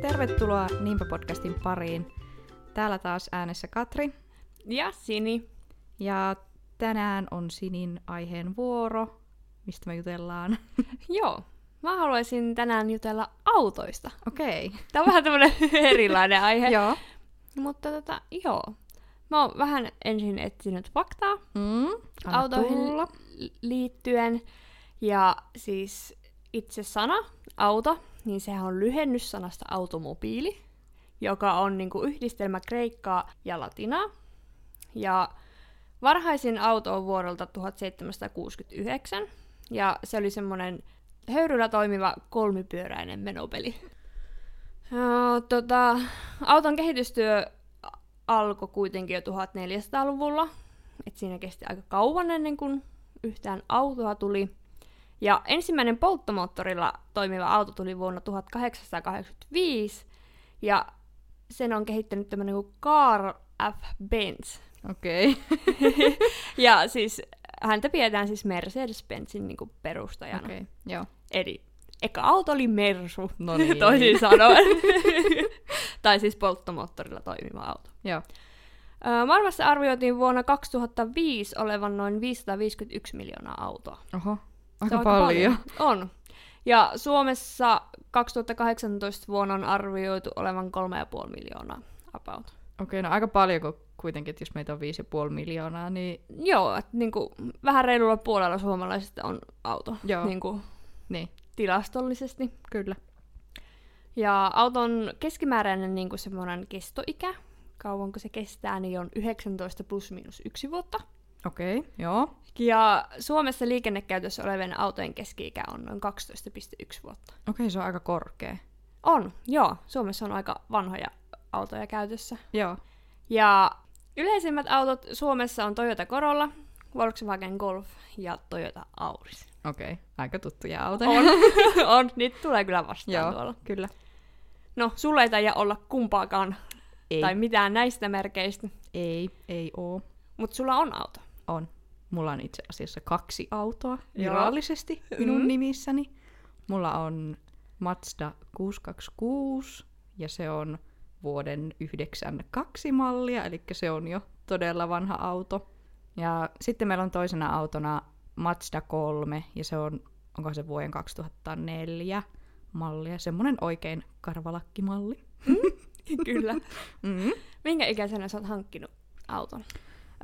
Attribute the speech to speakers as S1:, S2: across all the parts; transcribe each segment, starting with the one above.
S1: Tervetuloa Niinpä-podcastin pariin. Täällä taas äänessä Katri.
S2: Ja Sini.
S1: Ja tänään on Sinin aiheen vuoro, mistä me jutellaan.
S2: Joo. Mä haluaisin tänään jutella autoista.
S1: Okei. Okay.
S2: Tämä on vähän tämmönen erilainen aihe.
S1: Joo.
S2: Mutta tota, joo. Mä oon vähän ensin etsinyt faktaa
S1: Mm, anna
S2: autoihin
S1: tulla.
S2: li- liittyen. Ja siis itse sana, auto, niin sehän on lyhennys sanasta automobiili, joka on niinku yhdistelmä kreikkaa ja latinaa. Ja varhaisin auto on vuodelta 1769, ja se oli semmoinen höyryllä toimiva kolmipyöräinen menopeli. Öö, tota, auton kehitystyö alkoi kuitenkin jo 1400-luvulla, et siinä kesti aika kauan ennen kuin yhtään autoa tuli. Ja ensimmäinen polttomoottorilla toimiva auto tuli vuonna 1885, ja sen on kehittänyt tämmöinen kuin Carl F. Benz.
S1: Okei. Okay.
S2: Ja siis häntä pidetään siis Mercedes-Benzin niinku perustajana. Okay.
S1: Okei, okay. joo.
S2: Eli eka auto oli Mersu,
S1: No niin.
S2: toisin sanoen. tai siis polttomoottorilla toimiva auto.
S1: Joo.
S2: Ö, Maailmassa arvioitiin vuonna 2005 olevan noin 551 miljoonaa autoa.
S1: Oho.
S2: Se
S1: Aika
S2: on
S1: paljon.
S2: On. Ja Suomessa 2018 vuonna on arvioitu olevan 3,5 miljoonaa about.
S1: Okei, okay, no aika paljon, kun kuitenkin, että jos meitä on 5,5 miljoonaa, niin
S2: Joo, että niinku, vähän reilulla puolella suomalaisista on auto
S1: Joo.
S2: niinku,
S1: niin,
S2: tilastollisesti.
S1: kyllä.
S2: Ja auton keskimääräinen niin kuin semmoinen kestoikä, kauanko se kestää, niin on 19 plus miinus yksi vuotta.
S1: Okei, okay, joo.
S2: Ja Suomessa liikennekäytössä olevien autojen keski-ikä on noin 12,1 vuotta.
S1: Okei, okay, se on aika korkea.
S2: On, joo. Suomessa on aika vanhoja autoja käytössä.
S1: Joo.
S2: Ja yleisimmät autot Suomessa on Toyota Corolla, Volkswagen Golf ja Toyota Auris.
S1: Okei, okay. aika tuttuja autoja.
S2: On, on. Niitä tulee kyllä vastaan
S1: Joo,
S2: tuolla.
S1: kyllä.
S2: No, sulle ei taida olla kumpaakaan
S1: Ei.
S2: tai mitään näistä merkeistä.
S1: Ei, ei oo.
S2: Mutta sulla on auto.
S1: On. Mulla on itse asiassa kaksi autoa
S2: Joo.
S1: virallisesti minun
S2: Mm.
S1: nimissäni. Mulla on Mazda 626 ja se on vuoden 92 mallia, eli se on jo todella vanha auto. Ja sitten meillä on toisena autona Mazda 3 ja se on, onko se vuoden 2004 mallia, semmonen oikein karvalakkimalli.
S2: Kyllä.
S1: Mm.
S2: Minkä ikäisenä sä oot hankkinut auton?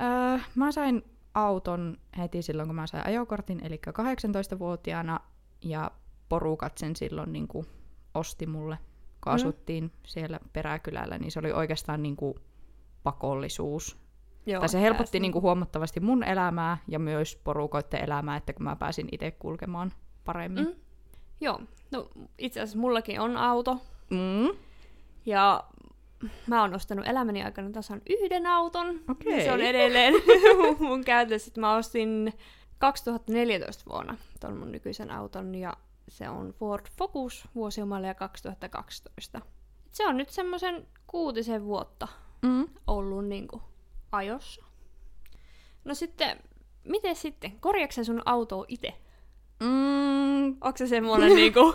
S1: Öö, mä sain auton heti silloin, kun mä sain ajokortin, eli 18-vuotiaana, ja porukat sen silloin niin kuin osti mulle, kun
S2: Mm.
S1: mm. asuttiin siellä peräkylällä, niin se oli oikeastaan niin kuin pakollisuus.
S2: Joo,
S1: tai se helpotti niin kuin huomattavasti mun elämää ja myös porukoiden elämää, että kun mä pääsin itse kulkemaan paremmin.
S2: Mm. Joo. No, itse asiassa mullakin on auto.
S1: Mm.
S2: Ja mä oon ostanut elämäni aikana tasan yhden auton.
S1: Okei.
S2: Ja Se on edelleen mun käytössä. Sitten Mä ostin 2014 vuonna ton mun nykyisen auton ja se on Ford Focus vuosimallia 2012. Se on nyt semmoisen kuutisen vuotta
S1: Mm.
S2: ollut niin kuin, ajossa. No sitten, miten sitten? Korjaatko sun autoa itse?
S1: Mm.
S2: Onko se semmoinen niin kuin...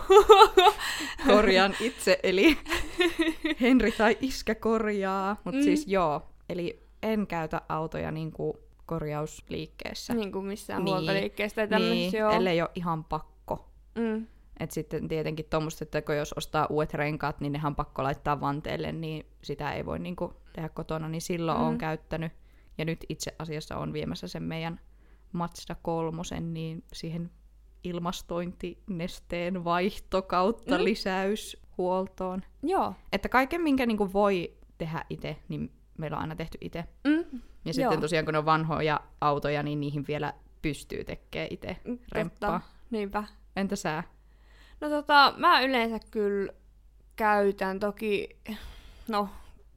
S1: korjaan itse, eli Henri tai iskä korjaa. Mutta
S2: Mm.
S1: mm. siis joo, eli en käytä autoja niinku korjausliikkeessä.
S2: niin kuin missään
S1: Niin.
S2: niin. huoltoliikkeestä ja niin. joo.
S1: ellei ole ihan pakko.
S2: Mm.
S1: Et sitten tietenkin tuommoista, että kun jos ostaa uudet renkaat, niin nehän on pakko laittaa vanteelle, niin sitä ei voi niinku tehdä kotona, niin silloin mm.
S2: Mm.
S1: on käyttänyt. Ja nyt itse asiassa on viemässä sen meidän Mazda kolmosen, niin siihen ilmastointinesteen vaihto kautta
S2: Mm.
S1: mm. lisäyshuoltoon.
S2: Joo.
S1: Että kaiken, minkä niinku voi tehdä itse, niin meillä on aina tehty itse.
S2: Mm.
S1: Ja sitten
S2: Joo.
S1: tosiaan, kun ne on vanhoja autoja, niin niihin vielä pystyy tekemään itse remppaa.
S2: Totta. Niinpä.
S1: Entä sä?
S2: No tota, mä yleensä kyllä käytän toki... No,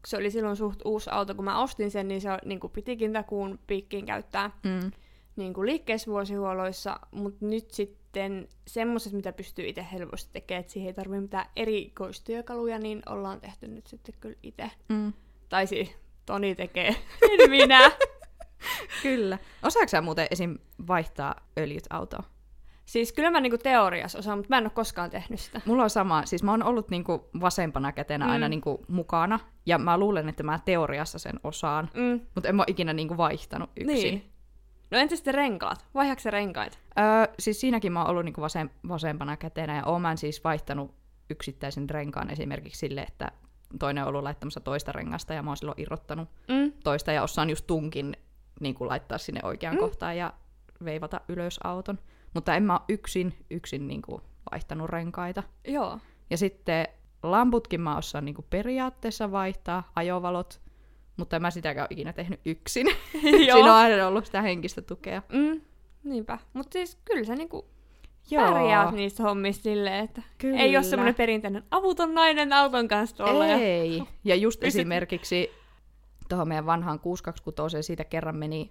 S2: se oli silloin suht uusi auto, kun mä ostin sen, niin se niin kuin pitikin takuun piikkiin käyttää
S1: Mm.
S2: niin kuin liikkeesvuosihuolloissa, mutta nyt sitten semmoiset, mitä pystyy itse helposti tekemään, että siihen ei tarvitse mitään erikoistyökaluja, niin ollaan tehty nyt sitten kyllä itse.
S1: Mm.
S2: Tai siis Toni tekee, en minä.
S1: Kyllä. Osaatko sä muuten esim. vaihtaa öljyt autoa?
S2: Siis kyllä mä niinku teoriassa osaan, mutta mä en ole koskaan tehnyt sitä.
S1: Mulla on sama, siis mä oon ollut niinku vasempana kätenä aina
S2: Mm.
S1: niinku mukana, ja mä luulen, että mä teoriassa sen osaan,
S2: Mm.
S1: mutta en mä oo ikinä niinku vaihtanut yksin.
S2: Niin. No entä sitten renkaat? Vaihdatko se renkaita?
S1: Öö, siis siinäkin mä oon ollut niinku vasem- vasempana kätenä ja oon mä siis vaihtanut yksittäisen renkaan esimerkiksi sille, että toinen on ollut laittamassa toista rengasta ja mä oon silloin irrottanut
S2: Mm.
S1: toista ja osaan just tunkin niinku laittaa sinne oikeaan
S2: Mm.
S1: mm. kohtaan ja veivata ylös auton. Mutta en mä oo yksin, yksin niinku vaihtanut renkaita.
S2: Joo.
S1: Ja sitten lamputkin mä osaan niinku periaatteessa vaihtaa, ajovalot, mutta en mä sitäkään ole ikinä tehnyt yksin. Siinä on aina ollut sitä henkistä tukea.
S2: Mm. Niinpä. Mutta siis kyllä sä niinku pärjäät niissä hommissa silleen, että
S1: Kyllä.
S2: ei ole semmoinen perinteinen avuton nainen auton kanssa tuolla. Ja...
S1: Ei. Ja just
S2: Pystyt-
S1: esimerkiksi tuohon meidän vanhaan 626, siitä kerran meni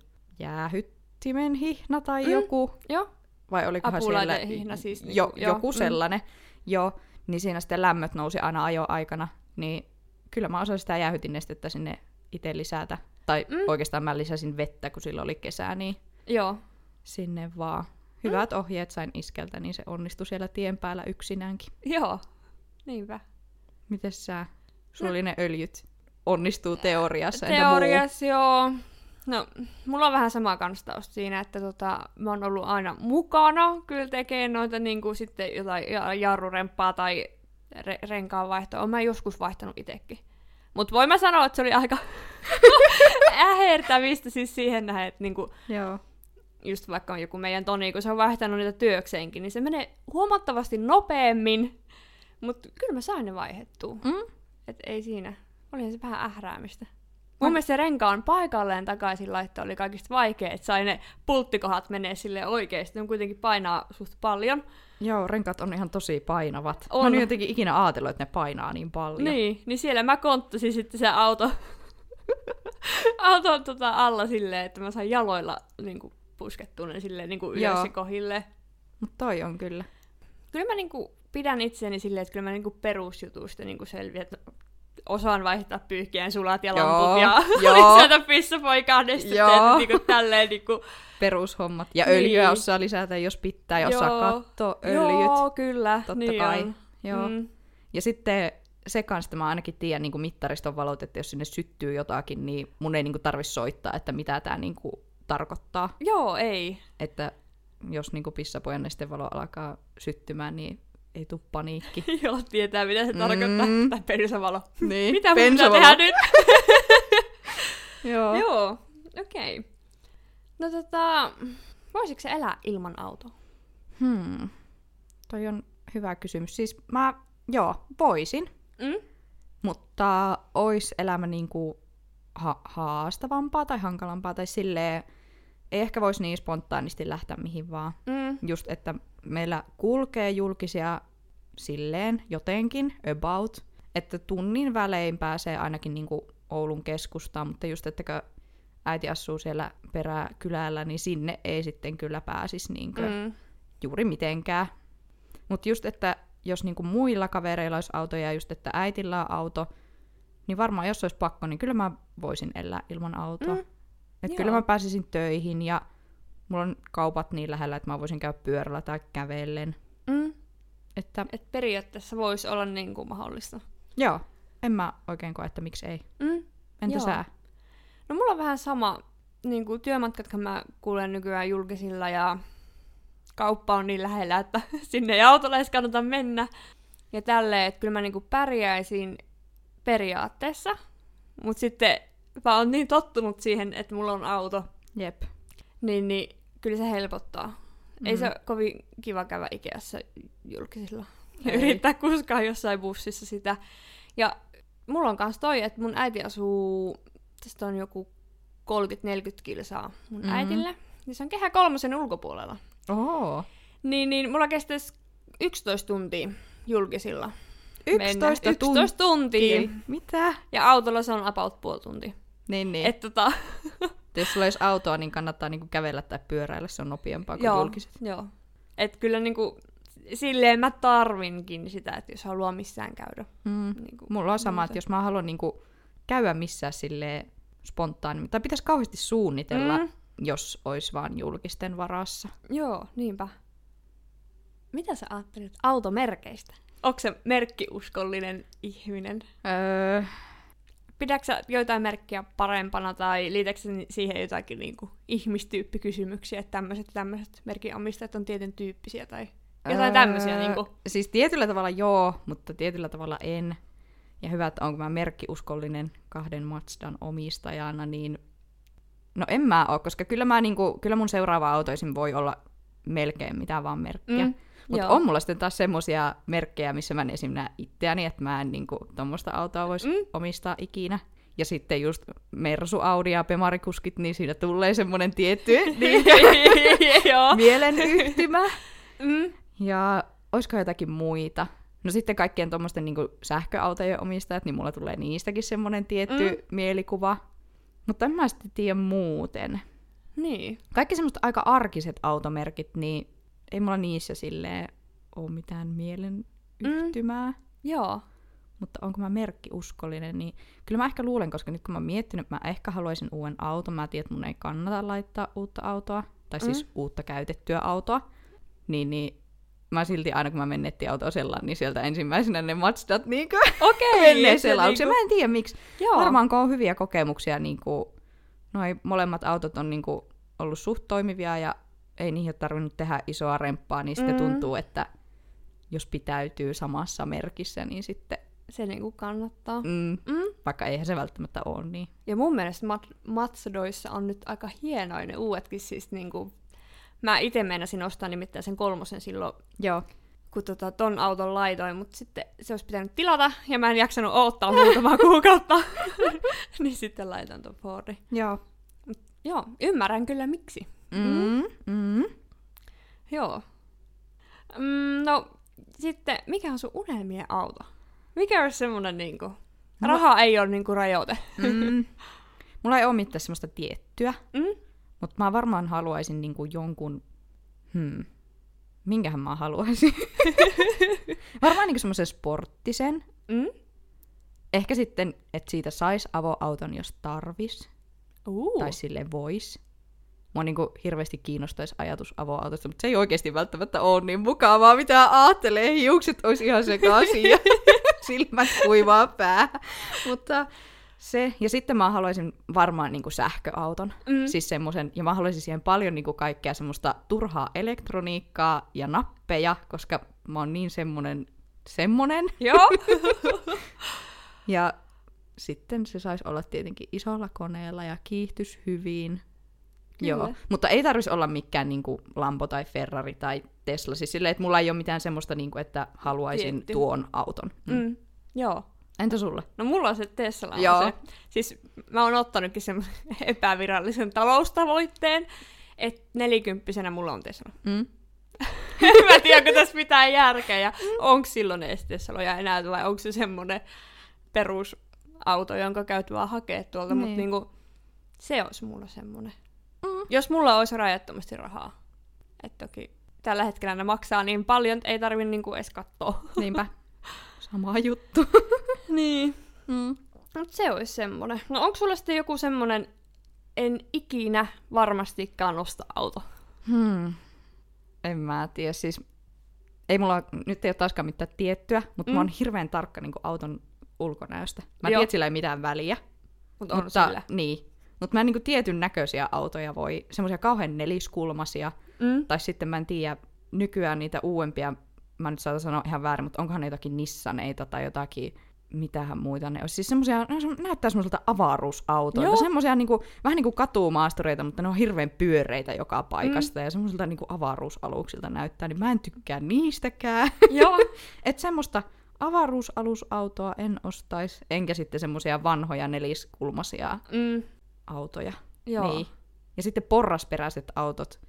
S1: jäähyttimen hihna tai
S2: Mm.
S1: mm. joku.
S2: Joo.
S1: Vai olikohan siellä...
S2: Apulaitehihna siis niinku,
S1: jo,
S2: joo, mm.
S1: Joku sellainen. Joo. Niin siinä sitten lämmöt nousi aina ajoaikana. Niin kyllä mä osasin sitä jäähytinnestettä sinne itse lisätä. Tai
S2: Mm.
S1: mm. oikeastaan mä lisäsin vettä, kun silloin oli kesää, niin
S2: Joo.
S1: sinne vaan.
S2: Mm.
S1: Hyvät ohjeet sain iskeltä, niin se onnistui siellä tien päällä yksinäänkin.
S2: Joo. Niinpä.
S1: Mites sä? Sulla
S2: No.
S1: oli ne öljyt. Onnistuu teoriassa, entä muu?
S2: Teoriassa joo. No, mulla on vähän sama kanstaus siinä, että tota, mä oon ollut aina mukana kyllä tekee noita niin kuin sitten jotain ja- jarrurempaa tai re- renkaan vaihtoa. Oon mä joskus vaihtanut itsekin. Mut voin mä sanoa, että se oli aika ähertävistä siis siihen nähden, että niinku,
S1: Joo.
S2: just vaikka joku meidän Toni, kun se on vaihtanut niitä työkseenkin, niin se menee huomattavasti nopeammin. Mutta kyllä mä sain ne vaihettua.
S1: Mm?
S2: Et ei siinä. Olihan se vähän ähräämistä. Mun mielestä se renkaan paikalleen takaisin laitto oli kaikista vaikea, että sai ne pulttikohat menee sille oikeesti. Ne on kuitenkin painaa suht paljon.
S1: Joo, renkaat on ihan tosi painavat. On. Mä
S2: On.
S1: oon jotenkin ikinä ajatellut, että ne painaa niin paljon.
S2: Niin, niin siellä mä konttasin sitten se auto, auton tota alla silleen, että mä sain jaloilla niinku, puskettua ne silleen niinku ylös
S1: Joo.
S2: ja kohille.
S1: Mutta toi on kyllä.
S2: Kyllä mä niinku pidän itseäni silleen, että kyllä mä niinku perusjutuista niinku selviän, että osaan vaihtaa pyyhkien sulat ja
S1: Joo,
S2: lamput ja
S1: joo.
S2: lisätä pissapoikaa nesteteet
S1: Joo.
S2: niinku tälleen niinku.
S1: Perushommat. Ja
S2: Niin.
S1: öljyä osaa lisätä, jos pitää, ja osaa
S2: Joo.
S1: katsoa öljyt.
S2: Joo, kyllä.
S1: Totta
S2: niin
S1: kai.
S2: On.
S1: Joo. Mm.
S2: Mm.
S1: Ja sitten se kanssa mä ainakin tiedän niin mittariston valot, että jos sinne syttyy jotakin, niin mun ei niin tarvi soittaa, että mitä tämä niin tarkoittaa.
S2: Joo, ei.
S1: Että jos niin pissapojan nestevalo alkaa syttymään, niin ei tuu paniikki.
S2: Joo, tietää mitä se tarkoittaa.
S1: Mm.
S2: Tämä perusavalo.
S1: niin.
S2: Mitä mun pitää tehdä nyt?
S1: Joo.
S2: Joo, okei. Okay. No tota, voisiko se elää ilman autoa?
S1: Hmm. Toi on hyvä kysymys. Siis mä, joo, voisin,
S2: Mm?
S1: mutta ois elämä niinku ha- haastavampaa tai hankalampaa tai silleen, ei ehkä voisi niin spontaanisti lähteä mihin vaan.
S2: Mm.
S1: Just, että meillä kulkee julkisia silleen jotenkin, about, että tunnin välein pääsee ainakin niinku Oulun keskustaan, mutta just, että kun äiti asuu siellä peräkylällä, niin sinne ei sitten kyllä pääsisi niinkö
S2: Mm.
S1: juuri mitenkään. Mutta just, että jos niinku muilla kavereilla olisi autoja ja just, että äitillä on auto, niin varmaan jos olisi pakko, niin kyllä mä voisin elää ilman autoa.
S2: Mm,
S1: Mm, et
S2: joo.
S1: kyllä mä pääsisin töihin ja mulla on kaupat niin lähellä, että mä voisin käydä pyörällä tai kävellen.
S2: Mm.
S1: Että
S2: Et periaatteessa voisi olla niin kuin mahdollista.
S1: joo, en mä oikein koe, että miksi ei.
S2: Mm.
S1: Entä joo.
S2: Joo.
S1: sä?
S2: No mulla on vähän sama, niin kuin työmatkatkin mä kuulen nykyään julkisilla ja kauppa on niin lähellä, että sinne ei autolla edes kannata mennä. Ja tälleen, että kyllä mä niin kuin pärjäisin periaatteessa, mutta sitten mä oon niin tottunut siihen, että mulla on auto,
S1: Jep.
S2: niin, niin kyllä se helpottaa. Mm. Ei
S1: Mm.
S2: se ole kovin kiva käydä Ikeassa julkisilla ja
S1: Ei.
S2: yrittää kuskaa jossain bussissa sitä. Ja mulla on kans toi, että mun äiti asuu, tästä on joku 30-40 kilsaa mun mm.
S1: Mhm.
S2: äitille, niin se on kehä kolmosen ulkopuolella.
S1: Oho.
S2: Niin, niin mulla kestäisi 11 tuntia julkisilla. mennä.
S1: 11 tuntia.
S2: 11 tuntia.
S1: Mitä?
S2: Ja autolla se on about puoli tuntia.
S1: Niin, niin. Et...
S2: Et tota,
S1: Jos sulla olisi autoa, niin kannattaa niinku kävellä tai pyöräillä, se on nopeampaa kuin
S2: joo,
S1: julkiset.
S2: joo. Et kyllä niinku, silleen mä tarvinkin sitä, että jos haluaa missään käydä.
S1: Mm.
S2: Niinku,
S1: Mulla on sama,
S2: muuta.
S1: että jos mä haluan niinku käydä missään sille spontaanimmin, tai pitäisi kauheasti suunnitella,
S2: Mm.
S1: mm. jos olisi vaan julkisten varassa.
S2: Joo, niinpä. Mitä sä ajattelet automerkeistä? Onko se merkkiuskollinen ihminen?
S1: Öö,
S2: Pidätkö sä joitain merkkiä parempana tai liitätkö sä ni- siihen jotakin niinku ihmistyyppikysymyksiä, että tämmöiset tämmöiset merkinomistajat on tietyn tyyppisiä tai jotain
S1: öö,
S2: tämmöisiä niinku?
S1: Siis tietyllä tavalla joo, mutta tietyllä tavalla en. Ja hyvä, että onko mä merkkiuskollinen kahden Mazdan omistajana, niin... No en mä oo, koska kyllä, mä niinku, kyllä mun seuraava autoisin voi olla melkein mitä vaan merkkiä. Mm. Mutta
S2: joo.
S1: on mulla sitten taas semmosia merkkejä, missä mä en esim. näe itseäni, että mä en niinku tommoista autoa voisi
S2: Mm.
S1: mm. omistaa ikinä. Ja sitten just Mersu, Audi ja Pemarikuskit, niin siinä tulee semmoinen tietty niin,
S2: Joo.
S1: mielenyhtymä.
S2: Mm.
S1: Ja olisiko jotakin muita? No sitten kaikkien tuommoisten niin sähköautojen omistajat, niin mulla tulee niistäkin semmoinen tietty
S2: Mm.
S1: mm. mielikuva. Mutta en mä sitten tiedä muuten.
S2: Niin.
S1: Kaikki semmoiset aika arkiset automerkit, niin ei mulla niissä silleen ole mitään mielen yhtymää. Mm.
S2: Joo.
S1: Mutta onko mä merkkiuskollinen, niin kyllä mä ehkä luulen, koska nyt kun mä oon miettinyt, että mä ehkä haluaisin uuden auton, mä tiedän, että mun ei kannata laittaa uutta autoa, tai siis mm. uutta käytettyä autoa, niin, niin mä silti aina kun mä menen nettiautoon sellaan, niin sieltä ensimmäisenä ne Mazdat niinku
S2: Okei.
S1: menee
S2: se
S1: selaukseen.
S2: niinku-
S1: Mä en tiedä miksi.
S2: Joo.
S1: Varmaan kun on hyviä kokemuksia, niinku, noi molemmat autot on niinku ollut suht toimivia ja ei niihin ole tarvinnut tehdä isoa remppaa, niin sitten
S2: Mm.
S1: mm. tuntuu, että jos pitäytyy samassa merkissä, niin sitten
S2: Se niinku kannattaa.
S1: mm,
S2: Mm.
S1: vaikka eihän se välttämättä ole niin.
S2: Ja mun mielestä mat- Matsudoissa on nyt aika hienoja ne uudetkin, siis niinku... Mä itse meinasin ostaa nimittäin sen kolmosen silloin,
S1: Joo.
S2: kun tota ton auton laitoin, mutta sitten se olisi pitänyt tilata, ja mä en jaksanut odottaa muutamaa kuukautta. niin sitten laitan ton Fordi.
S1: Joo.
S2: Joo, ymmärrän kyllä miksi.
S1: Mm. Mm.
S2: Joo. Mm, no, sitten, mikä on sun unelmien auto? Mikä olisi semmonen niinku... Raha ei ole niinku rajoite.
S1: Mm. Mulla ei ole mitään semmoista tiettyä,
S2: Mm?
S1: mutta mä varmaan haluaisin niinku jonkun... Hmm. Minkähän mä haluaisin? varmaan niinku semmoisen sporttisen.
S2: Mm?
S1: Ehkä sitten, että siitä sais avoauton, jos tarvis.
S2: Uh.
S1: Tai sille vois. Mua niinku hirveästi kiinnostaisi ajatus avoautosta, mutta se ei oikeasti välttämättä ole niin mukavaa, mitä ajattelee. Hiukset olisi ihan sekaisin ja silmät kuivaa pää. Mutta se, ja sitten mä haluaisin varmaan niinku sähköauton.
S2: Mm.
S1: Mm. Siis semmosen, ja mä haluaisin siihen paljon niinku kaikkea semmoista turhaa elektroniikkaa ja nappeja, koska mä oon niin semmonen, semmonen.
S2: Joo.
S1: Ja sitten se saisi olla tietenkin isolla koneella ja kiihtys hyvin.
S2: Kyllä.
S1: Joo, mutta ei tarvitsisi olla mikään niin kuin Lambo tai Ferrari tai Tesla. Siis silleen, että mulla ei ole mitään semmoista, niin kuin, että haluaisin
S2: Tietty.
S1: Tietty. tuon auton. Mm.
S2: Mm. Joo.
S1: Entä sulla?
S2: No mulla on se Tesla. On
S1: Joo.
S2: se. Siis mä oon ottanutkin semmoisen epävirallisen taloustavoitteen, että nelikymppisenä mulla on Tesla.
S1: Mm.
S2: mä tiedän, onko tässä mitään järkeä ja onko silloin edes Tesloja enää vai onko se semmoinen perusauto, jonka käyt vaan hakea tuolta, mutta
S1: Niin.
S2: niinku, se olisi mulla semmoinen.
S1: Mm.
S2: Jos mulla olisi rajattomasti rahaa. Et toki tällä hetkellä ne maksaa niin paljon, että ei tarvi niinku edes katsoa.
S1: Niinpä. Sama juttu.
S2: Niin.
S1: Mm.
S2: Mut No, se olisi semmonen. No onko sulla sitten joku semmonen, en ikinä varmastikaan osta auto?
S1: Hmm. En mä tiedä. Siis, ei mulla, nyt ei ole taaskaan mitään tiettyä, mutta mm.
S2: Mm.
S1: mä oon hirveän tarkka niin kuin auton ulkonäöstä. Mä
S2: Joo.
S1: tiedän, että sillä ei mitään väliä.
S2: Mut on
S1: mutta,
S2: sillä.
S1: Niin. Mutta mä en niin tietyn näköisiä autoja voi, semmoisia kauhean neliskulmasia,
S2: Mm.
S1: tai sitten mä en tiedä nykyään niitä uudempia, mä nyt saatan sanoa ihan väärin, mutta onkohan ne jotakin Nissaneita tai jotakin, mitähän muita ne olisi. Siis semmoisia, ne on semmo- näyttää semmoiselta
S2: Joo.
S1: avaruusautoilta, semmoisia niinku, vähän niin kuin katumaastureita, mutta ne on hirveän pyöreitä joka paikasta
S2: Mm.
S1: ja semmoisilta niinku avaruusaluksilta näyttää, niin mä en tykkää niistäkään.
S2: Joo.
S1: Et semmoista avaruusalusautoa en ostaisi, enkä sitten semmoisia vanhoja neliskulmasia
S2: Mm.
S1: autoja.
S2: Joo.
S1: Niin. Ja sitten porrasperäiset autot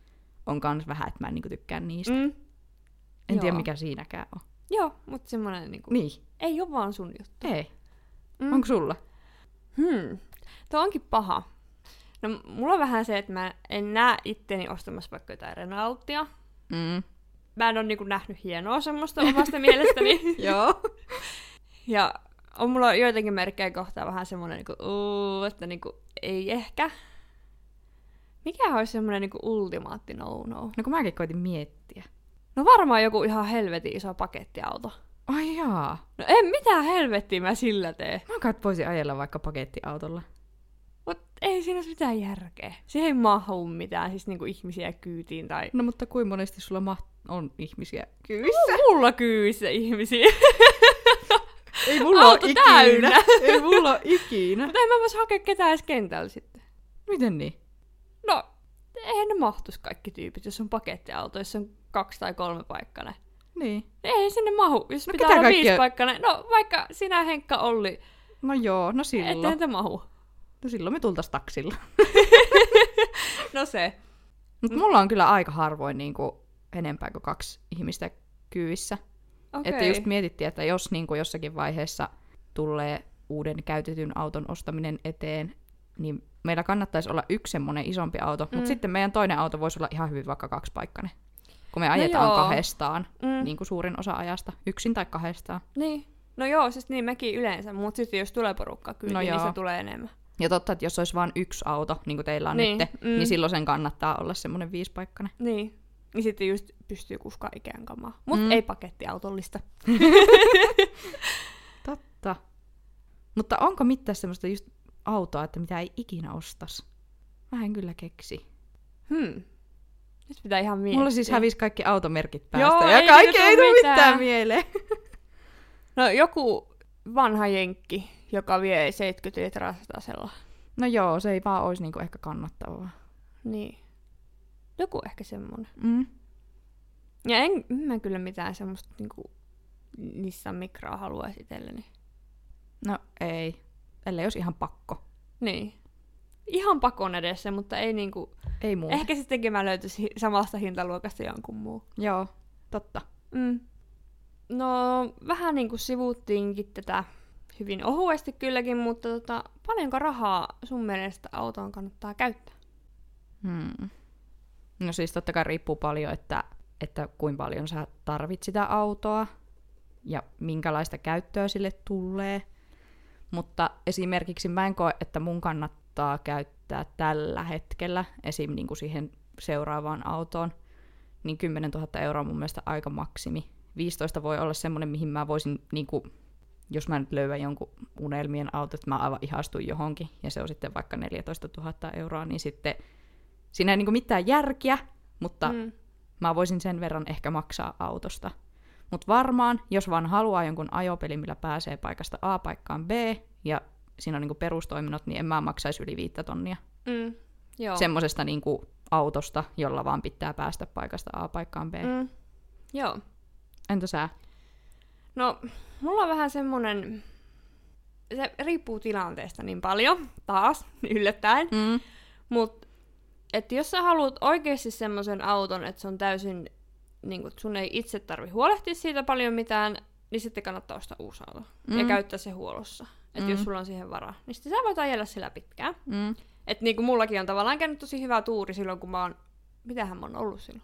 S1: on kans vähän, että mä en niinku tykkää niistä. Mm,
S2: Mm.
S1: en
S2: joo.
S1: tiedä mikä siinäkään on.
S2: Joo, mutta semmoinen niinku, niin.
S1: Niin,
S2: ei ole vaan sun juttu.
S1: ei.
S2: Mm.
S1: Mm. Onko sulla?
S2: Hmm. Tuo onkin paha. No m- mulla on vähän se, että mä en näe itteni ostamassa vaikka jotain Renaultia.
S1: Mm.
S2: Mä en ole niinku nähnyt hienoa semmoista omasta mielestäni.
S1: Joo.
S2: Ja on mulla joitakin merkkejä kohtaa vähän semmoinen niinku, uu, että niinku, ei ehkä. Mikä olisi semmoinen niinku ultimaatti no no?
S1: No kun mäkin koitin miettiä.
S2: No varmaan joku ihan helvetin iso pakettiauto.
S1: Ai jaa.
S2: No en mitään helvettiä mä sillä tee.
S1: Mä kai voisin ajella vaikka pakettiautolla.
S2: Mut ei siinä olisi mitään järkeä. Siihen ei mahu mitään, siis niinku ihmisiä kyytiin tai...
S1: No mutta kuin monesti sulla ma- on ihmisiä kyydissä?
S2: Mulla kyydissä ihmisiä.
S1: Ei
S2: mulla oo ikinä.
S1: Ei mulla oo ikinä.
S2: Mutta en mä vois hakea ketään edes kentällä sitten.
S1: Miten niin?
S2: No, eihän ne mahtuisi kaikki tyypit, jos on pakettiauto, jos on kaksi tai kolme paikkana.
S1: Niin.
S2: Ei sinne mahu, jos no, pitää
S1: ketä
S2: olla
S1: kaikkia-
S2: viisi paikkana. No vaikka sinä Henkka Olli,
S1: No joo, no silloin.
S2: ettei te mahu.
S1: No silloin me tultais taksilla.
S2: No se.
S1: Mutta mulla on kyllä aika harvoin niin kuin, enempää kuin kaksi ihmistä kyydissä.
S2: Okei.
S1: Okay. Että just mietittiin, että jos niin kuin jossakin vaiheessa tulee uuden käytetyn auton ostaminen eteen, niin meillä kannattaisi olla yksi semmoinen isompi auto, mm.
S2: Mm.
S1: mutta sitten meidän toinen auto voisi olla ihan hyvin vaikka kaksipaikkainen. Kun me ajetaan
S2: joo.
S1: no kahdestaan,
S2: Mm.
S1: mm. niin kuin suurin osa ajasta, yksin tai kahdestaan.
S2: Niin. No joo, siis niin mäkin yleensä, mutta sitten jos tulee porukka kyllä,
S1: No
S2: niin
S1: joo.
S2: se tulee enemmän.
S1: Ja totta, että jos olisi vain yksi auto, niin kuin teillä on
S2: Niin,
S1: niin, nyt,
S2: mm.
S1: mm. niin silloin sen kannattaa olla semmoinen viisipaikkainen.
S2: Niin. Niin sitten just pystyy kuskaa ikään kamaa. Mut
S1: Mm.
S2: ei pakettiautollista.
S1: Totta. Mutta onko mitään semmoista just autoa, että mitä ei ikinä ostas? Mä en kyllä keksi.
S2: Hmm. Nyt pitää ihan miettiä.
S1: Mulla siis hävisi kaikki automerkit
S2: Joo,
S1: päästä ja
S2: ei
S1: kaikki
S2: siitä
S1: ei
S2: tuu
S1: tule mitään.
S2: mitään.
S1: mieleen.
S2: No joku vanha jenkki, joka vie 70 litraa satasella.
S1: No joo, se ei vaan olisi niinku ehkä kannattavaa.
S2: Niin. Joku ehkä semmonen.
S1: Mm.
S2: Ja en en mä kyllä mitään semmoista niinku Nissan Micraa haluaisi itselleni.
S1: No ei, ellei olisi ihan pakko.
S2: Niin. Ihan pakon edessä, mutta ei niinku...
S1: Ei muuta. Eh.
S2: Ehkä sittenkin mä löytäisin samasta hintaluokasta jonkun muu.
S1: Joo, totta.
S2: Mm. No, vähän niinku sivuttiinkin tätä hyvin ohuesti kylläkin, mutta tota, paljonko rahaa sun mielestä autoon kannattaa käyttää?
S1: Hmm. No siis totta kai riippuu paljon, että, että kuinka paljon sä tarvit sitä autoa ja minkälaista käyttöä sille tulee. Mutta esimerkiksi mä en koe, että mun kannattaa käyttää tällä hetkellä esim. Niin kuin siihen seuraavaan autoon, niin 10 000 euroa on mun mielestä aika maksimi. 15 voi olla semmoinen, mihin mä voisin, niin kuin, jos mä nyt löydän jonkun unelmien auto, että mä aivan ihastun johonkin, ja se on sitten vaikka 14 000 euroa, niin sitten siinä ei niin kuin mitään järkiä, mutta mm.
S2: Mm.
S1: mä voisin sen verran ehkä maksaa autosta. Mutta varmaan, jos vaan haluaa jonkun ajopeli, millä pääsee paikasta A paikkaan B, ja siinä on niinku perustoiminnot, niin en mä maksaisi yli viittä tonnia
S2: Mm. Joo.
S1: semmoisesta niinku autosta, jolla vaan pitää päästä paikasta A paikkaan B. Mm.
S2: Mm. Joo.
S1: Entä sä?
S2: No, mulla on vähän semmonen... Se riippuu tilanteesta niin paljon, taas, yllättäen.
S1: Mm.
S2: Mut, et jos sä haluat oikeasti semmoisen auton, että se on täysin... Niin kun, sun ei itse tarvi huolehtia siitä paljon mitään, niin sitten kannattaa ostaa uusi auto. Mm. Ja
S1: Mm.
S2: käyttää se huollossa. Että mm. jos sulla on siihen varaa. Niin sitten sä voit ajella sillä pitkään.
S1: Mm.
S2: Et niin kuin mullakin on tavallaan käynyt tosi hyvä tuuri silloin, kun mä oon... Mitähän mä oon ollut silloin?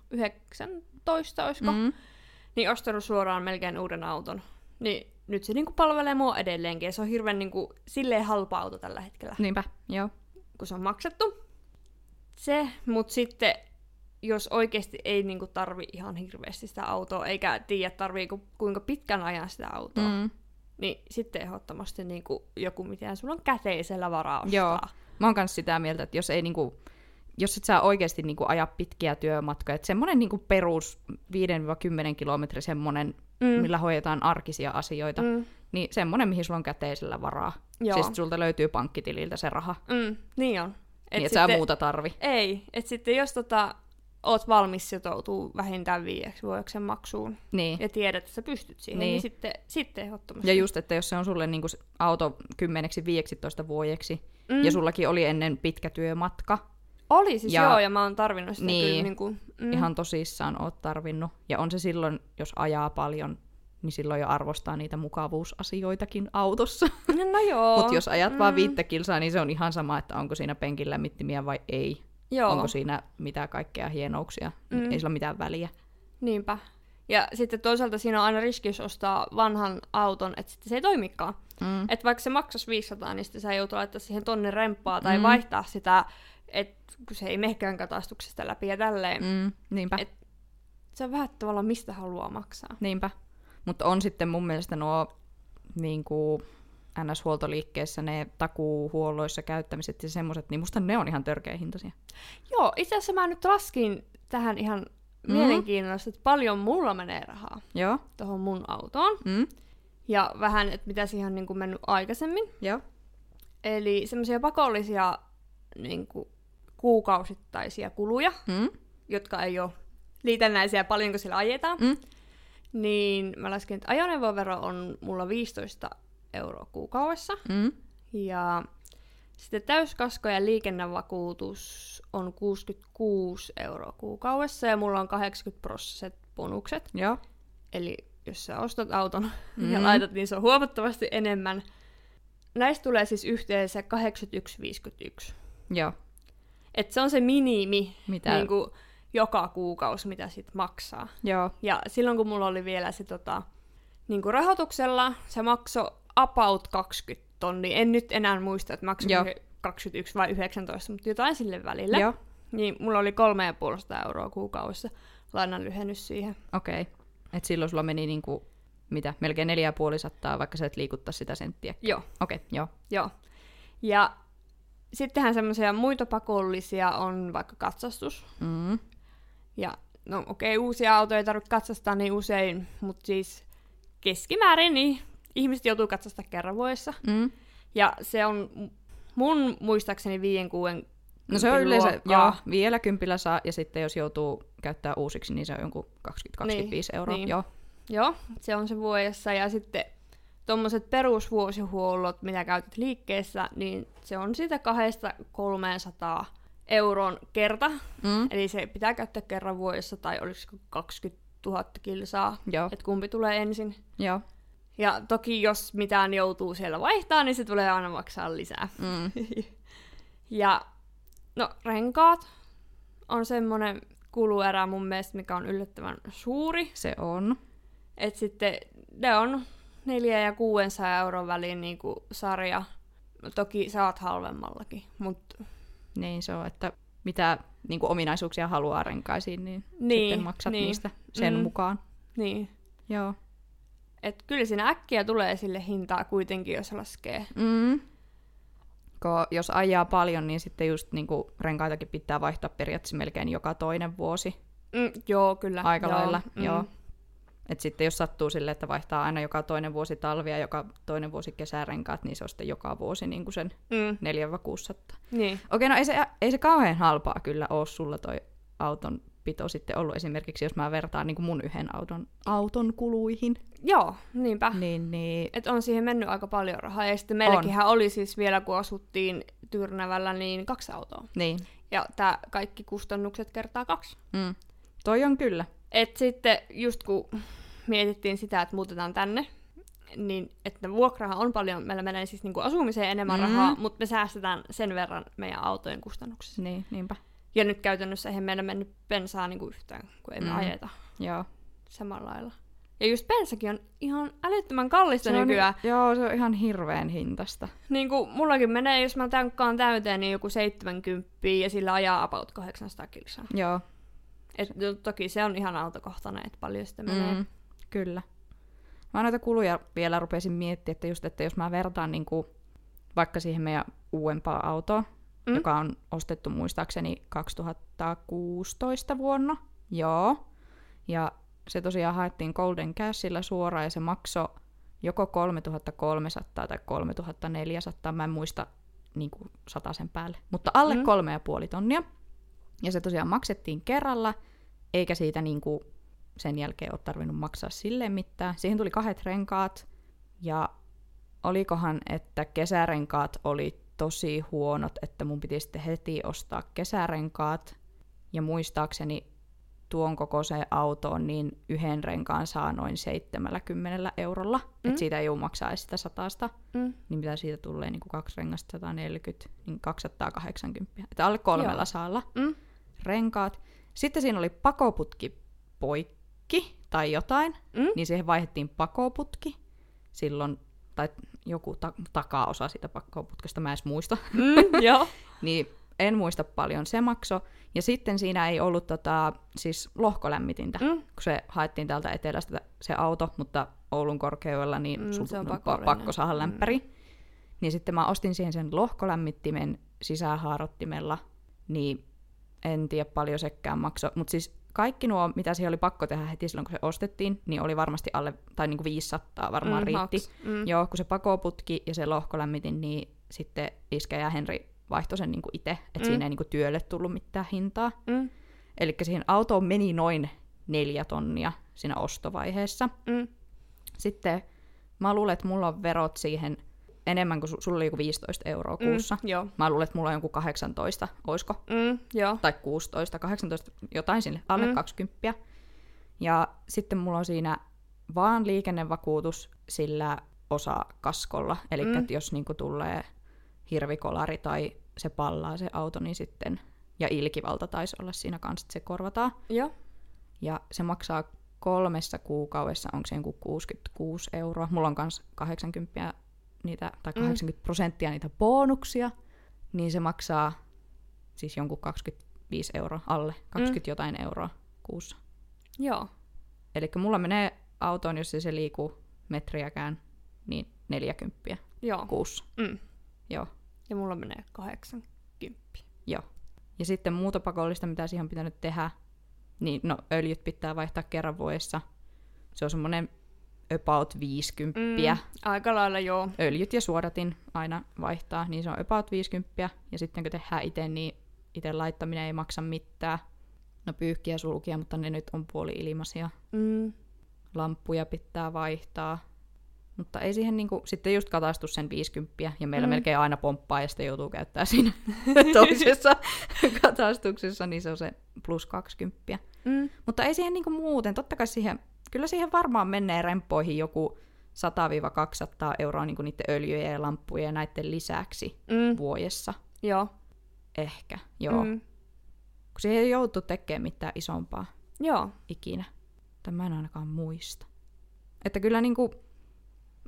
S2: 19, oisko?
S1: Mm.
S2: niin ostanut suoraan melkein uuden auton. Niin nyt se niinku palvelee mua edelleenkin ja se on hirveän niinku, silleen halpa auto tällä hetkellä,
S1: Niinpä, joo.
S2: kun se on maksettu. Se, mut sitten jos oikeasti ei niinku tarvi ihan hirveästi sitä autoa, eikä tiedä tarviiko kuinka pitkän ajan sitä autoa, mm.
S1: Mm.
S2: niin sitten ehdottomasti niinku joku, mitään sulla on käteisellä varaa ostaa.
S1: Joo. Mä oon kans sitä mieltä, että jos ei niinku, jos et sä oikeasti niinku aja pitkiä työmatkoja, että semmonen niinku perus 5-10 kilometri semmonen, mm. millä hoidetaan arkisia asioita, mm.
S2: Mm.
S1: niin semmonen, mihin sulla on käteisellä varaa.
S2: Joo.
S1: Siis sulta löytyy pankkitililtä se raha, et
S2: Mm. Niin on.
S1: niin et sä muuta tarvi.
S2: Ei, et sitten jos tota, oot valmis sitoutuu vähintään viieksi vuodeksi sen maksuun
S1: Niin.
S2: ja tiedät, että sä pystyt siihen, niin, niin
S1: Niin.
S2: sitten, sitten ehdottomasti.
S1: Ja just, että jos se on sulle niinku se auto 10-15 vuodeksi,
S2: Mm.
S1: mm. ja sullakin oli ennen pitkä työmatka,
S2: Oli siis ja...
S1: ja-
S2: joo, ja mä oon tarvinnut sitä niin.
S1: Niin.
S2: kyllä niin kuin, mm,
S1: mm. ihan tosissaan oot tarvinnut. Ja on se silloin, jos ajaa paljon, niin silloin jo arvostaa niitä mukavuusasioitakin autossa.
S2: No joo.
S1: Mutta jos ajat mm. vaan viittä kilsaa, niin se on ihan sama, että onko siinä penkin lämmittimiä vai ei.
S2: joo.
S1: Onko siinä mitä kaikkea hienouksia.
S2: Mm.
S1: Mm. Ei sillä ole mitään väliä.
S2: Niinpä. Ja sitten toisaalta siinä on aina riski, jos ostaa vanhan auton, että sitten se ei toimikaan.
S1: Mm.
S2: Että vaikka se maksaisi 500, niin sitten sä joutuu laittaa siihen tonne remppaa tai mm. vaihtaa sitä, että kun se ei mehkään katastuksesta läpi ja tälleen.
S1: Mm. Niinpä.
S2: Et- Se on vähän tavallaan mistä haluaa maksaa.
S1: Niinpä. Mutta on sitten mun mielestä nuo niin kuin NS-huoltoliikkeessä ne takuuhuolloissa käyttämiset ja semmoiset, niin musta ne on ihan törkeä hintaisia.
S2: Joo, itse asiassa mä nyt laskin tähän ihan
S1: Mhm.
S2: mielenkiinnosta, että paljon mulla menee rahaa
S1: Joo.
S2: tuohon mun autoon.
S1: Mm.
S2: Ja vähän, että mitä siihen on niin kuin mennyt aikaisemmin.
S1: Joo.
S2: Eli semmoisia pakollisia niin kuin, kuukausittaisia kuluja,
S1: Mm.
S2: jotka ei ole liitännäisiä paljonko sillä ajetaan,
S1: Mm.
S2: niin mä lasken, että ajoneuvovero on mulla 15 euroa kuukaudessa.
S1: Mm.
S2: Ja sitten täyskasko ja liikennevakuutus on 66 euroa kuukaudessa ja mulla on 80 prosenttiset bonukset.
S1: Joo.
S2: Eli jos sä ostat auton mm. ja
S1: Mm.
S2: laitat, niin se on huomattavasti enemmän. Näistä tulee siis yhteensä 81,51.
S1: Joo.
S2: Et se on se minimi
S1: Mitä?
S2: niin kuin joka kuukausi, mitä sit maksaa.
S1: Joo.
S2: Ja silloin kun mulla oli vielä se tota, niin kuin rahoituksella, se maksoi about 20 tonnia. En nyt enää muista, että maksoi
S1: Joo.
S2: 21 vai 19, mutta jotain sille välillä.
S1: Joo.
S2: Niin mulla oli 3,5 euroa kuukaudessa lainan lyhennys siihen.
S1: Okei. Okay. Et silloin sulla meni niinku, mitä, melkein neljä puolisattaa, vaikka sä et liikuttaa sitä senttiä.
S2: Joo,
S1: Okei, okay, joo.
S2: joo. Ja sittenhän semmoisia muita pakollisia on vaikka katsastus.
S1: Mm.
S2: Ja no okei, okay, uusia autoja ei tarvitse katsastaa niin usein, mutta siis keskimäärin niin ihmiset joutuu katsastaa kerran vuodessa.
S1: Mm.
S2: Ja se on mu- mun muistaakseni viien kuuden
S1: No se on
S2: kympin
S1: yleensä,
S2: luokkaa.
S1: joo, vielä kympillä saa, ja sitten jos joutuu käyttää uusiksi, niin se on jonkun 20-25 euroa.
S2: niin.
S1: Joo.
S2: Joo, se on se vuodessa. Ja sitten tuommoiset perusvuosihuollot, mitä käytät liikkeessä, niin se on siitä 200-300 euron kerta.
S1: Mm.
S2: Eli se pitää käyttää kerran vuodessa, tai olisiko 20 000 kilsaa,
S1: Joo,
S2: että kumpi tulee ensin.
S1: joo.
S2: Ja toki jos mitään joutuu siellä vaihtaa, niin se tulee aina maksaa lisää.
S1: Mm.
S2: Ja no renkaat on semmoinen kuluerä mun mielestä, mikä on yllättävän suuri.
S1: Se on.
S2: Et sitten ne on 4 ja 600 euron väliin niinku sarja. No Toki saat halvemmallakin, mutta
S1: Niin se on, että mitä niin kuin ominaisuuksia haluaa renkaisiin, niin,
S2: Niin,
S1: sitten maksat
S2: niin.
S1: niistä sen
S2: Mm.
S1: mukaan.
S2: niin.
S1: Joo.
S2: Et kyllä siinä äkkiä tulee sille hintaa kuitenkin, jos laskee.
S1: Mm. Ko, jos ajaa paljon, niin sitten just niin kuin, renkaitakin pitää vaihtaa periaatteessa melkein joka toinen vuosi
S2: Mm, joo, kyllä.
S1: aika
S2: joo,
S1: lailla.
S2: mm.
S1: Joo. Et sitten jos sattuu sille, että vaihtaa aina joka toinen vuosi talvia, joka toinen vuosi kesärenkaat, niin se on sitten joka vuosi niin kuin sen
S2: Mm,
S1: 4-600.
S2: niin.
S1: Okei, no ei se, ei se kauhean halpaa kyllä ole sulla toi auton pito sitten ollut. Esimerkiksi jos mä vertaan niin kuin mun yhden auton, auton kuluihin,
S2: Joo, niinpä.
S1: niin, niin
S2: Et on siihen mennyt aika paljon rahaa. Ja sitten meilläkinhän oli siis vielä, kun asuttiin Tyrnävällä, niin kaksi autoa.
S1: Niin.
S2: Ja tämä kaikki kustannukset kertaa kaksi.
S1: Mm. Toi on kyllä.
S2: Et sitten just kun mietittiin sitä, että muutetaan tänne, niin että vuokrahan on paljon, meillä menee siis niinku asumiseen enemmän
S1: Mm.
S2: mm. rahaa, mutta me säästetään sen verran meidän autojen kustannuksissa.
S1: Niin, niinpä.
S2: Ja nyt käytännössä eihän meillä mennyt bensaa niinku yhtään, kun ei me
S1: Mm.
S2: ajeta
S1: Joo.
S2: samalla lailla. Ja just bensakin on ihan älyttömän kallista nykyään.
S1: On, joo, se on ihan hirveän hintasta.
S2: Niin kuin mullakin menee, jos mä tankkaan täyteen, niin joku 70 ja sillä ajaa about 800 kilsaa.
S1: Joo.
S2: Et no, toki se on ihan autokohtainen, että paljon sitä menee. Mm.
S1: Mm, kyllä. Mä noita kuluja vielä rupesin miettimään, että just, että jos mä vertaan niin kuin, vaikka siihen meidän uudempaa autoa,
S2: Mm.
S1: mm? joka on ostettu muistaakseni 2016 vuonna. Joo. Ja se tosiaan haettiin Golden Cashillä suoraan ja se maksoi joko 3300 tai 3400, mä en muista niin kuin sen päälle, mutta alle
S2: Mm.
S1: kolme ja puoli tonnia. Ja se tosiaan maksettiin kerralla, eikä siitä niin kuin sen jälkeen ole tarvinnut maksaa sille mitään. Siihen tuli kahdet renkaat ja olikohan, että kesärenkaat oli tosi huonot, että mun piti sitten heti ostaa kesärenkaat. Ja muistaakseni tuon kokoiseen autoon, niin yhden renkaan saa noin 70 eurolla. Mm.
S2: Mm.
S1: Et siitä ei juu maksaa edes sitä satasta.
S2: Mm.
S1: Niin mitä siitä tulee, niin kuin kaksi rengasta 140, niin 280. Että alle kolmella
S2: Joo.
S1: saalla
S2: Mm.
S1: renkaat. Sitten siinä oli pakoputki poikki tai jotain,
S2: Mm.
S1: niin siihen vaihdettiin pakoputki silloin, tai joku ta- takaosa siitä pakoputkesta, mä en edes muista.
S2: Mm, joo.
S1: Niin en muista paljon se makso. Ja sitten siinä ei ollut tota, siis lohkolämmitintä,
S2: Mm.
S1: kun se haettiin täältä etelästä se auto, mutta Oulun korkeudella niin
S2: Mm,
S1: mm, sun
S2: se on
S1: on
S2: pakollinen.
S1: pakko saada
S2: Mm.
S1: lämpäri. Niin sitten mä ostin siihen sen lohkolämmittimen sisähaarottimella, niin en tiedä paljon sekään maksoi. Mutta siis kaikki nuo, mitä siihen oli pakko tehdä heti silloin, kun se ostettiin, niin oli varmasti alle, tai niinku 500 varmaan mm, riitti.
S2: maks. Mm.
S1: Joo, kun se pakoputki ja se lohkolämmitin, niin sitten Iske ja Henri vaihtoi sen niinku itse, että
S2: Mm.
S1: mm. siinä ei niinku työlle tullut mitään hintaa.
S2: Mm.
S1: Eli siihen autoon meni noin neljä tonnia siinä ostovaiheessa.
S2: Mm.
S1: Sitten mä luulen, että mulla on verot siihen enemmän kuin su- sulla oli joku 15 euroa
S2: Mm.
S1: kuussa.
S2: Joo.
S1: Mä luulen, että mulla on joku 18, oisko?
S2: Mm. Joo.
S1: tai 16, 18, jotain sinne, alle
S2: Mm.
S1: mm. 20. Ja sitten mulla on siinä vaan liikennevakuutus sillä osakaskolla, eli
S2: Mm.
S1: mm. jos niinku tulee hirvikolari tai se pallaa se auto, niin sitten, ja ilkivalta taisi olla siinä kanssa, että se korvataan.
S2: Joo.
S1: Ja se maksaa kolmessa kuukaudessa, onko se joku 66 euroa. Mulla on myös 80 niitä, tai
S2: Mm.
S1: 80 prosenttia niitä bonuksia, niin se maksaa siis jonkun 25 euroa alle,
S2: Mm.
S1: 20 jotain euroa kuussa.
S2: Joo.
S1: Eli mulla menee autoon, jos ei se liiku metriäkään, niin 40
S2: Joo.
S1: kuussa.
S2: Mm.
S1: Joo.
S2: Ja mulla menee kahdeksan kymppi.
S1: Joo. Ja sitten muuta pakollista, mitä siihen on pitänyt tehdä, niin no öljyt pitää vaihtaa kerran vuodessa. Se on semmoinen about 50.
S2: Mm.
S1: Mm.
S2: Aika lailla joo.
S1: Öljyt ja suodatin aina vaihtaa, niin se on about 50. Ja sitten kun tehdään itse, niin itse laittaminen ei maksa mitään. No pyyhkiä sulkia, mutta ne nyt on puoli ilmaisia.
S2: Mm.
S1: Lamppuja pitää vaihtaa. Mutta ei siihen niinku, sitten just katastu sen 50 ja meillä
S2: Mm.
S1: mm. melkein aina pomppaa ja sitten joutuu käyttää siinä toisessa katastuksessa, niin se on se plus 20.
S2: Mm.
S1: Mutta ei siihen niinku muuten, totta kai siihen, kyllä siihen varmaan menee rempoihin joku 100-200 euroa niinku niiden öljyjen ja lamppujen ja näiden lisäksi
S2: Mm.
S1: vuodessa.
S2: Joo.
S1: Ehkä, joo. Mm.
S2: Mm.
S1: Kun siihen ei joutu tekemään mitään isompaa
S2: Joo.
S1: ikinä. Tai mä en ainakaan muista. Että kyllä niinku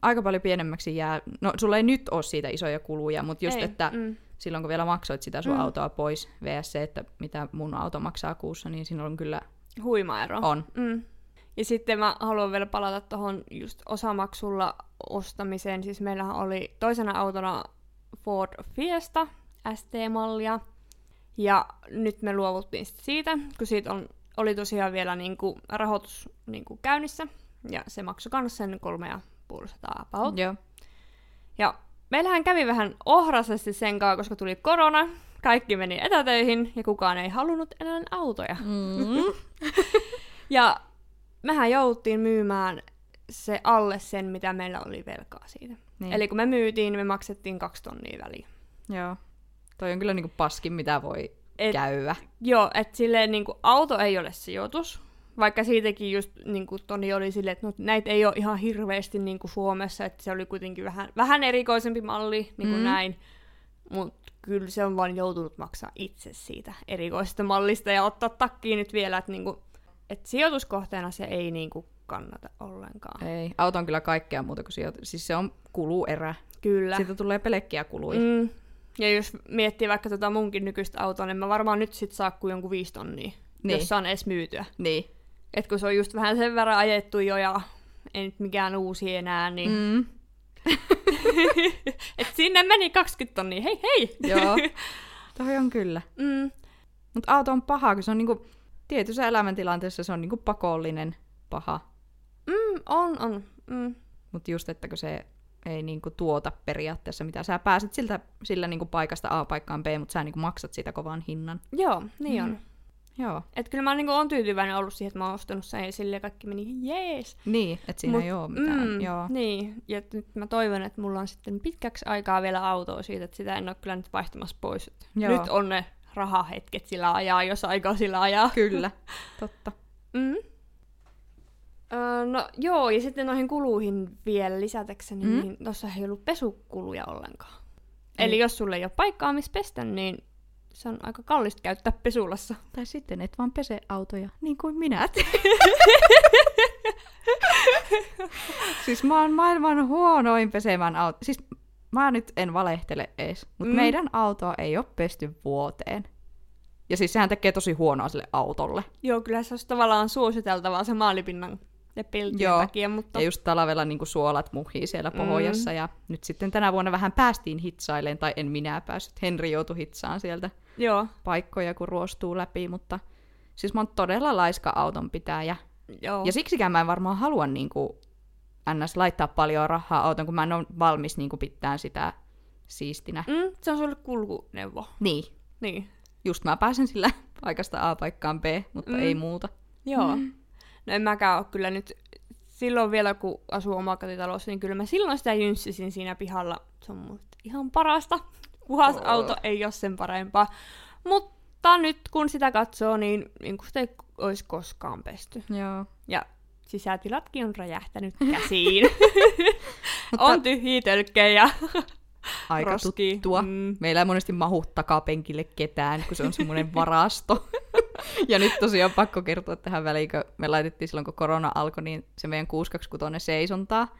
S1: aika paljon pienemmäksi jää, no sulla ei nyt ole siitä isoja kuluja, mutta just
S2: Ei.
S1: ei. että
S2: Mm.
S1: silloin kun vielä maksoit sitä sun
S2: Mm.
S1: mm. autoa pois, vs. se, että mitä mun auto maksaa kuussa, niin siinä on kyllä,
S2: Huima ero.
S1: on.
S2: Mm. Ja sitten mä haluan vielä palata tuohon just osamaksulla ostamiseen. Siis meillähän oli toisena autona Ford Fiesta ST-mallia. Ja nyt me luovuttiin sit siitä, kun siitä on, oli tosiaan vielä niinku rahoitus niinku käynnissä. Ja se maksoi kans sen 350 about.
S1: Joo.
S2: Ja meillähän kävi vähän ohrasesti sen kanssa, koska tuli korona. Kaikki meni etätöihin ja kukaan ei halunnut enää autoja.
S1: Mm.
S2: Ja mehän jouduttiin myymään se alle sen, mitä meillä oli velkaa siitä.
S1: Niin.
S2: Eli kun me myytiin, me maksettiin kaksi tonnia väliin.
S1: Joo. Toi on kyllä niinku paskin, mitä voi
S2: Et-
S1: Et... käydä.
S2: Joo, että silleen niin kuin, auto ei ole sijoitus. Vaikka siitäkin just niin kuin Toni oli silleen, että no, näitä ei ole ihan hirveästi niin kuin Suomessa, että se oli kuitenkin vähän, vähän erikoisempi malli, niin kuin
S1: Mm.
S2: näin. Mutta kyllä se on vaan joutunut maksaa itse siitä erikoisesta mallista ja ottaa takkiin nyt vielä, että niin kuin, et sijoituskohteena se ei niin kuin kannata ollenkaan.
S1: Ei, auto on kyllä kaikkea muuta kuin sijoitus. Siis se on kuluerä.
S2: Kyllä.
S1: Siitä tulee pelkkiä kuluja. Mm.
S2: Mm. Ja jos miettii vaikka tota munkin nykyistä autoa, niin mä varmaan nyt sit saa kuin jonkun viisi tonnia, niin.
S1: Niin.
S2: jos saan edes myytyä.
S1: Niin.
S2: Et kun se on just vähän sen verran ajettu jo ja ei nyt mikään uusi enää, niin mm.
S1: Mm.
S2: et sinne meni 20 tonnia, hei hei!
S1: Joo. Toi on kyllä.
S2: Mm.
S1: Mutta auto on paha, kun se on niinku, tietyssä elämäntilanteessa se on niinku pakollinen paha.
S2: Mm, on, on. Mm.
S1: Mutta just, että kun se ei niinku tuota periaatteessa mitä. Sä pääset siltä, sillä niinku paikasta A paikkaan B, mutta sä niinku maksat siitä kovan hinnan.
S2: Joo, niin mm.
S1: Mm.
S2: on.
S1: Joo.
S2: Et kyllä mä niinku on tyytyväinen ollut siihen, että mä oon ostanut sen ja sille kaikki meni jees.
S1: Niin, että siinä
S2: Mut-
S1: Mut, ei ole mitään. Mm, Joo.
S2: Niin, ja et nyt mä toivon, että mulla on sitten pitkäksi aikaa vielä autoa siitä, että sitä en ole kyllä nyt vaihtamassa pois. Et
S1: Joo.
S2: Nyt on ne rahahetket sillä ajaa, jos aikaa sillä ajaa.
S1: Kyllä. Totta.
S2: Mm. Öö, no joo, ja sitten noihin kuluihin vielä lisätäkseni, mm.
S1: Mm.
S2: niin tuossa ei ollut pesukuluja ollenkaan.
S1: Ei.
S2: Eli jos sulle ei ole paikkaa, missä pestä, niin se on aika kallista käyttää pesulassa.
S1: Tai sitten et vaan pese autoja, niin kuin minä. siis mä oon maailman huonoin pesemään autoja. Siis mä nyt en valehtele ees, mutta
S2: Mm.
S1: mm. meidän autoa ei ole pesty vuoteen. Ja siis sehän tekee tosi huonoa sille autolle.
S2: Joo, kyllä se olisi tavallaan suositeltavaa se maalipinnan ja peltien
S1: Joo.
S2: takia, mutta
S1: Ja just talvella niin suolat muhii siellä pohjassa. Ja nyt sitten tänä vuonna vähän päästiin hitsaileen, tai en minä päässyt. Henri joutui hitsaan sieltä
S2: joo,
S1: paikkoja, kun ruostuu läpi, mutta siis mä oon todella laiska auton pitäjä.
S2: joo.
S1: Ja siksikään mä en varmaan halua niin kuin, ns. laittaa paljon rahaa auton, kun mä en ole valmis niin kuin, pitää sitä siistinä. Mm.
S2: Mm, se on sulle kulkuneuvo.
S1: Niin,
S2: Niin.
S1: just mä pääsen sillä paikasta A paikkaan B, mutta
S2: Mm.
S1: mm. ei muuta.
S2: Joo. Mm. No en mäkään ole kyllä nyt, silloin vielä kun asuu omakotitalossa, niin kyllä mä silloin sitä jynssisin siinä pihalla. Se on musta ihan parasta. Puhas
S1: Oh.
S2: auto ei ole sen parempaa. Mutta nyt kun sitä katsoo, niin, niin kuin sitä ei olisi koskaan pesty.
S1: Joo.
S2: Ja sisätilatkin on räjähtänyt käsiin.
S1: Mutta
S2: on tyhjiä tölkkejä.
S1: aika
S2: roskia.
S1: tuttua.
S2: Mm.
S1: Mm. Meillä ei monesti mahu takapenkille ketään, kun se on semmoinen varasto. ja nyt tosiaan pakko kertoa tähän väliin, kun me laitettiin silloin, kun korona alkoi, niin se meidän 626 seisontaa.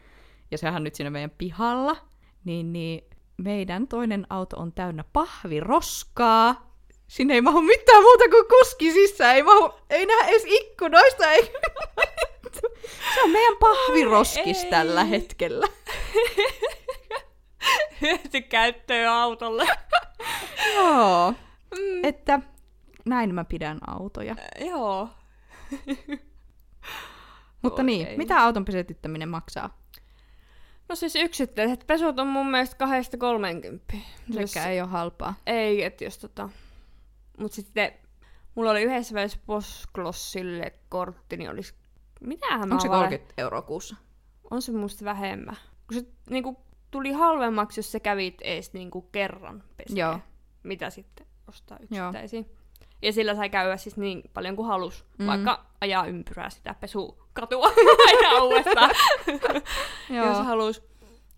S1: Ja sehän nyt siinä meidän pihalla. Niin, niin meidän toinen auto on täynnä pahviroskaa. Sinne ei mahu mitään muuta kuin kuski sisään. Ei, mahu, ei nähdä edes ikkunoista. Ei. Se on meidän pahviroskis
S2: ei.
S1: tällä hetkellä.
S2: Hyötykäyttöä autolle.
S1: Joo.
S2: Mm.
S1: Että näin mä pidän autoja.
S2: Joo.
S1: Mutta
S2: Okei.
S1: niin, mitä auton pesetyttäminen maksaa?
S2: No siis yksittäiset pesut on mun mielestä kahdesta kolmenkymppiä. Jos-
S1: Sekä ei ole halpaa.
S2: Ei, että jos tota... Mut sitten mulla oli yhdessä välissä posklossille kortti, niin olis... Mitähän mä
S1: Onko se
S2: vale-
S1: 30 euroa kuussa?
S2: On se musta vähemmän. Kun se niinku tuli halvemmaksi, jos sä kävit ees niinku kerran peseen.
S1: Joo.
S2: Mitä sitten ostaa yksittäisiin. Ja sillä sai käydä siis niin paljon kuin halus, mm.
S1: Mm.
S2: vaikka ajaa ympyrää sitä pesukatua aina uudestaan, jos
S1: Joo.
S2: halus.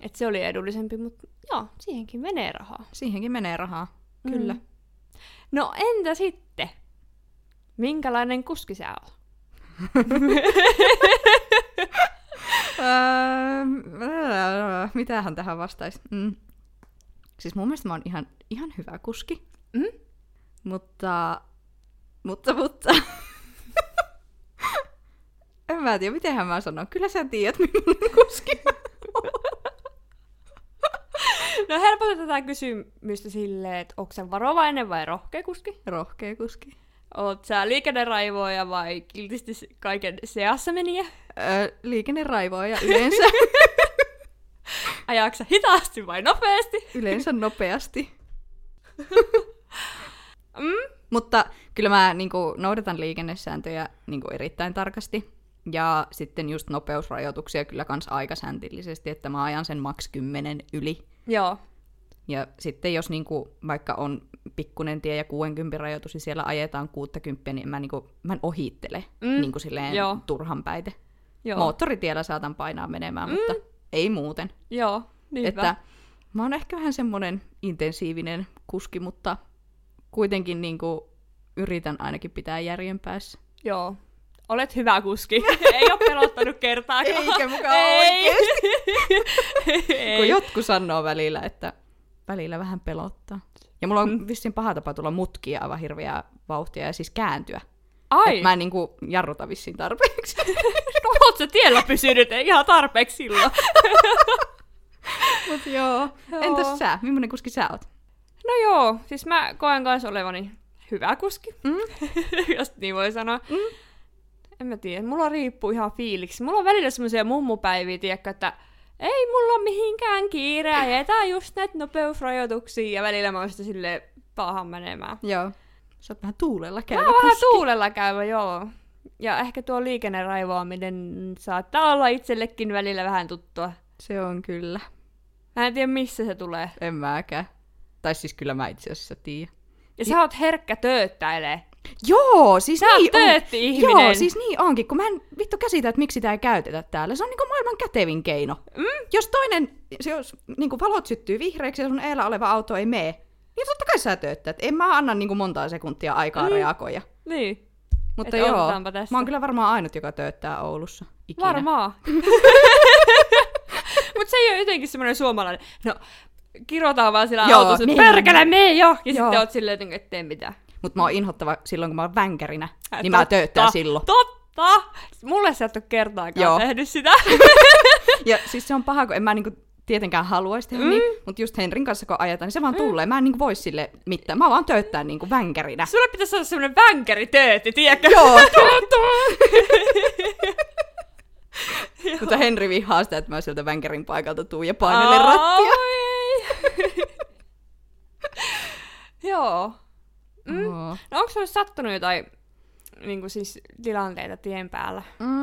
S2: Et se oli edullisempi, mutta joo, siihenkin menee rahaa.
S1: Siihenkin menee rahaa. Kyllä.
S2: Mm. No entä sitten? Minkälainen kuski sä oot?
S1: Öö, Äh, mitähän tähän vastaisi? Mm. Siis mun mielestä mä oon ihan, ihan hyvä kuski.
S2: Mm.
S1: Mutta, mutta, mutta. en mä tiedä, mitenhän mä sanon. Kyllä sä tiedät, millainen kuski mä
S2: No helpotetaan tätä kysymystä silleen, että onko sä varovainen vai rohkea kuski?
S1: Rohkea kuski.
S2: Oot sä liikenneraivoja vai kiltisti se- kaiken seassa meniä?
S1: Öö, liikenneraivoja yleensä,
S2: Ajaatko sä hitaasti vai nopeasti?
S1: yleensä nopeasti.
S2: Mm?
S1: Mutta kyllä mä niin kuin, noudatan liikennesääntöjä niin kuin erittäin tarkasti. Ja sitten just nopeusrajoituksia kyllä kans aikasäntillisesti, että mä ajan sen maks 10 yli.
S2: Joo.
S1: Ja sitten jos niin kuin, vaikka on pikkunen tie ja 60 rajoitus, niin siellä ajetaan 60, niin mä, niin kuin, mä en ohittele
S2: Mm,
S1: mm. niin kuin, silleen
S2: joo.
S1: turhan päite.
S2: Joo.
S1: Moottoritiellä saatan painaa menemään, mm. mutta ei muuten.
S2: Joo. Niinpä.
S1: Että mä oon ehkä vähän semmonen intensiivinen kuski, mutta kuitenkin niinku yritän ainakin pitää järjen päässä.
S2: Joo. Olet hyvä kuski. Ei ole pelottanut kertaakaan.
S1: Eikä mukaan
S2: Ei.
S1: oikeesti. Kun
S2: Ei.
S1: jotkut sanoo välillä, että välillä vähän pelottaa. Ja mulla on vissiin paha tapa tulla mutkia aivan hirveää vauhtia ja siis kääntyä.
S2: Ai.
S1: Et mä en niinku jarruta vissiin tarpeeksi.
S2: No oot sä tiellä pysynyt ei ihan tarpeeksi silloin?
S1: Mut joo. Entäs sä? Millainen kuski sä oot?
S2: No joo, siis mä koen kanssa olevani hyvä kuski,
S1: Mm?
S2: jos niin voi sanoa.
S1: Mm.
S2: En mä tiedä, mulla riippuu ihan fiiliksi. Mulla on välillä semmoisia mummupäiviä, tiedätkö, että ei mulla ole mihinkään kiireä, jätään just näitä nopeusrajoituksia ja välillä mä oon sitten silleen pahan menemään.
S1: Joo. Sä oot vähän tuulella
S2: Mä
S1: käyvä
S2: oon vähän
S1: kuski.
S2: tuulella käyvä, joo. Ja ehkä tuo liikenneraivoaminen saattaa olla itsellekin välillä vähän tuttua.
S1: Se on kyllä.
S2: Mä en tiedä, missä se tulee.
S1: En mäkään. Tai siis kyllä mä itse asiassa tiedän.
S2: Ja sä oot herkkä tööttäilee.
S1: Joo, siis
S2: Sä oot
S1: niin on.
S2: töötti-ihminen.
S1: Joo, siis niin onkin, kun mä en vittu käsitä, että miksi sitä ei käytetä täällä. Se on niinku maailman kätevin keino. Mm? Jos toinen, se jos niinku valot syttyy vihreiksi ja sun eellä oleva auto ei mene, niin totta kai sä tööttäät. En mä anna niinku montaa sekuntia aikaa mm. reagoida.
S2: Niin.
S1: Mutta
S2: Et
S1: joo,
S2: otetaanpa tässä.
S1: mä oon kyllä varmaan ainut, joka tööttää Oulussa. Ikinä.
S2: Varmaan. Mutta se ei ole jotenkin semmoinen suomalainen. No, kirotaan vaan sillä
S1: Joo,
S2: autossa, että
S1: niin.
S2: perkele, mene jo! Ja
S1: Joo.
S2: sitten oot silleen, niinku, että tee mitään.
S1: Mutta mä oon inhottava silloin, kun mä oon vänkärinä,
S2: Äh,
S1: niin mä
S2: totta.
S1: tööttään silloin.
S2: Totta! Mulle sä et ole kertaakaan
S1: Joo.
S2: tehnyt sitä.
S1: Ja siis se on paha, kun en mä niinku tietenkään haluaisi tehdä mm. niin, mutta just Henrin kanssa kun ajetaan, niin se vaan tulee. Mä en niinku voi sille mitään. Mä vaan tööttään niinku vänkärinä.
S2: Sulle pitäisi saada semmonen vänkäritöötti, tiedätkö?
S1: Joo, totta! Mutta Henri vihaa sitä, että mä sieltä vänkärin paikalta tuun ja painelen
S2: Ai.
S1: rattia.
S2: Joo.
S1: Mm.
S2: No onko sulle sattunut jotain niin kuin siis tilanteita tien päällä?
S1: Mm,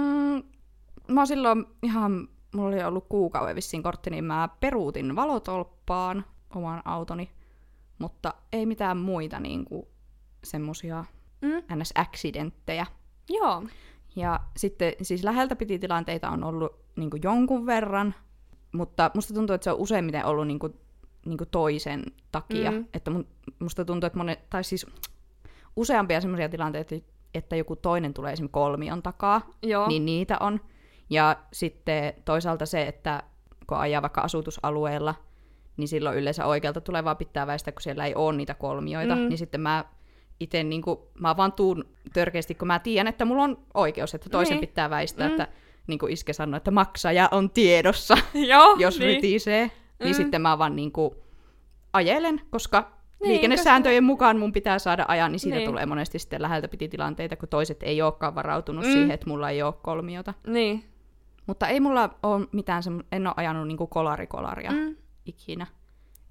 S1: mä oon silloin ihan, mulla oli ollut kuukauden vissiin kortti, niin mä peruutin valotolppaan oman autoni, mutta ei mitään muita niinku semmosia
S2: Mm.
S1: ns-accidenttejä.
S2: Joo.
S1: Ja sitten siis läheltä piti tilanteita on ollut niin jonkun verran, mutta musta tuntuu, että se on useimmiten ollut niin kuin, niin toisen takia.
S2: Mm.
S1: Mm. Että mun, musta tuntuu, että monet, tai siis useampia semmoisia tilanteita, että joku toinen tulee esimerkiksi kolmion takaa,
S2: Joo.
S1: niin niitä on. Ja sitten toisaalta se, että kun ajaa vaikka asutusalueella, niin silloin yleensä oikealta tulee vaan pitää väistää, kun siellä ei ole niitä kolmioita.
S2: Mm.
S1: Mm. Niin sitten mä itse niin kuin, mä vaan tuun törkeästi, kun mä tiedän, että mulla on oikeus, että toisen
S2: Niin.
S1: niin. pitää väistää.
S2: Mm.
S1: Mm. Että, niin kuin iske sanoi, että maksaja on tiedossa,
S2: Joo.
S1: jos niin.
S2: niin.
S1: rytisee. Niin
S2: Mm.
S1: mm. sitten mä vaan niin kuin, ajelen, koska
S2: Niin,
S1: niin, liikennesääntöjen koska... mukaan mun pitää saada ajaa, niin siitä
S2: Niin.
S1: niin. tulee monesti sitten läheltä piti tilanteita, kun toiset ei olekaan varautunut
S2: Mm.
S1: mm. siihen, että mulla ei ole kolmiota.
S2: Niin.
S1: Mutta ei mulla ole mitään, semmo- en ole ajanut niinku kolarikolaria mm.
S2: Mm.
S1: ikinä.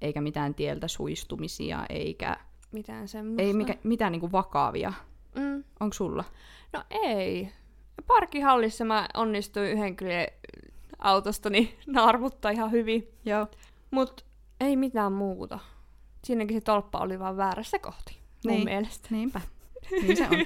S1: Eikä mitään tieltä suistumisia, eikä
S2: Mitään semmoista.
S1: ei mikä, mitään niinku vakavia.
S2: Mm.
S1: Onko sulla?
S2: No ei. Parkkihallissa mä onnistuin yhden kyllä autostani naarmuttaa ihan hyvin.
S1: Joo.
S2: Mut ei mitään muuta. Siinäkin se tolppa oli vaan väärässä kohti. Mun
S1: Niin.
S2: mielestä.
S1: Niinpä. Niin se on.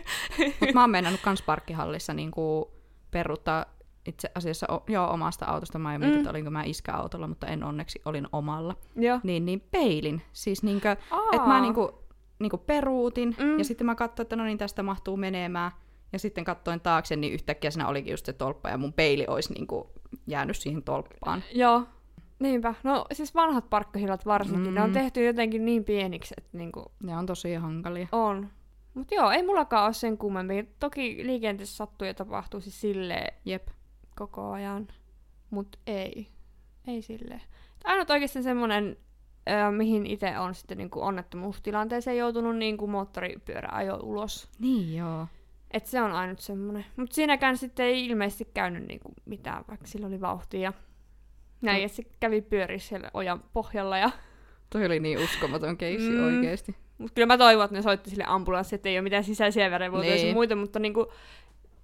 S1: Mut mä oon meinannut kans parkkihallissa niinku peruuttaa itse asiassa o- joo, omasta autosta. Mä en mm.
S2: Mm.
S1: mietin, että olinko mä iskäautolla, mutta en onneksi olin omalla.
S2: Joo.
S1: Niin, niin peilin. Siis niinkö,
S2: Aa.
S1: Että mä niinku, niinku peruutin,
S2: Mm.
S1: mm. ja sitten mä katsoin, että no niin, tästä mahtuu menemään. Ja sitten katsoin taakse, niin yhtäkkiä siinä olikin just se tolppa, ja mun peili olisi niinku jäänyt siihen tolppaan.
S2: Joo. Niinpä. No siis vanhat parkkahillat varsinkin, mm. ne on
S1: Mm.
S2: tehty jotenkin niin pieniksi, että niinku
S1: Ne on tosi hankalia.
S2: on. Mut joo, ei mullakaan ole sen kummemmin. Toki liikenteessä sattuu ja tapahtuu siis silleen
S1: Jep.
S2: koko ajan. Mut ei. Ei silleen. Ainut oikeastaan semmonen, ö, mihin itse on sitten niinku onnettomuustilanteeseen joutunut niinku moottoripyörä ajo ulos.
S1: Niin joo.
S2: Et se on ainut semmonen. Mut siinäkään sitten ei ilmeisesti käynyt niinku mitään, vaikka sillä oli vauhtia. ja Näin,
S1: Mm.
S2: ja se kävi pyörissä siellä ojan pohjalla ja
S1: Toi oli niin uskomaton keissi
S2: Mm.
S1: mm. oikeesti.
S2: Mutta kyllä mä toivon, että ne soitti sille ambulanssi, että ei ole mitään sisäisiä verenvuotoja ja
S1: Niin.
S2: muita, mutta niinku,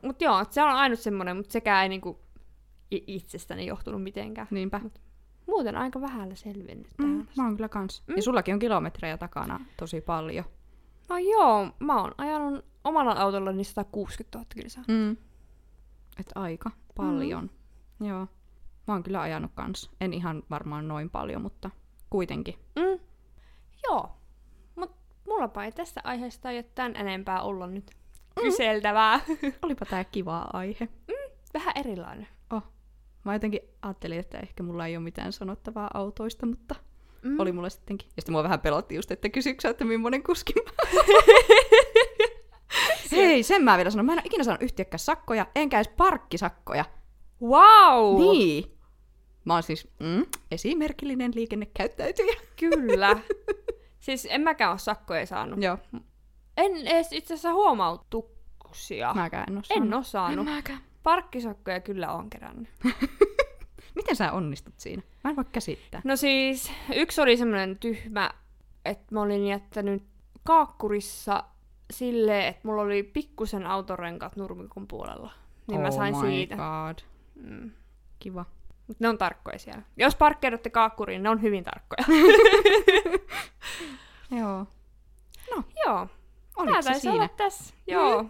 S2: mut joo, et se on ainut semmoinen, mutta sekään ei niinku i- itsestäni johtunut mitenkään.
S1: Niinpä.
S2: Muuten aika vähällä selvinnyt
S1: Mm,
S2: mm.
S1: mä oon kyllä kans.
S2: Mm.
S1: Mm. Ja sullakin on kilometrejä takana tosi paljon.
S2: No joo, mä oon ajanut omalla autollani 160 000 kilsaa.
S1: Mm. Et aika paljon. Mm. Joo. Mä oon kyllä ajanut kans. En ihan varmaan noin paljon, mutta kuitenkin.
S2: Mm. Joo, mut mullapa ei tästä aiheesta ole tämän enempää olla nyt Mm. kyseltävää.
S1: Olipa tää kiva aihe.
S2: Vähän erilainen.
S1: Mä jotenkin ajattelin, että ehkä mulla ei ole mitään sanottavaa autoista, mutta
S2: Mm.
S1: mm. oli mulla sittenkin. Ja sitten mua vähän pelotti just, että kysyksä, että millainen kuski mä oon. Hei, sen mä vielä sanon. Mä en ole ikinä saanut yhtiäkään sakkoja, enkä edes parkkisakkoja.
S2: Wow!
S1: Niin. Mä oon siis mm, esimerkillinen liikennekäyttäytyjä.
S2: Kyllä. siis en mäkään ole sakkoja saanut.
S1: Joo,
S2: En edes itse asiassa huomautuksia.
S1: mäkään en oo
S2: Ah, en
S1: saanut.
S2: oo saanut.
S1: mäkään.
S2: Parkkisakkoja kyllä on kerännyt.
S1: Miten sä onnistut siinä? Mä en voi käsittää.
S2: No siis, yksi oli semmoinen tyhmä, että mä olin jättänyt kaakkurissa silleen, että mulla oli pikkusen autorenkaat nurmikon puolella. Niin mä sain
S1: oh my
S2: siitä.
S1: God.
S2: Mm.
S1: Kiva.
S2: Mut ne on tarkkoja siellä. Jos parkkeedotte kaakkuriin, ne on hyvin tarkkoja.
S1: Joo.
S2: Joo.
S1: Oliko
S2: Tää
S1: se
S2: taisi
S1: siinä? Mm.
S2: olla tässä. Joo.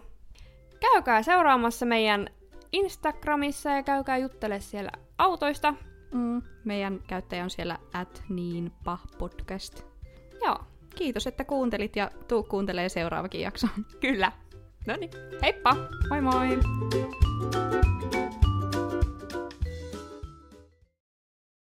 S2: Käykää seuraamassa meidän Instagramissa ja käykää juttele siellä autoista.
S1: Mm, meidän käyttäjä on siellä at niinpa podcast.
S2: Joo,
S1: Kiitos, että kuuntelit ja tuu kuuntelee seuraavakin jakso.
S2: kyllä. No niin, heippa!
S1: Moi moi!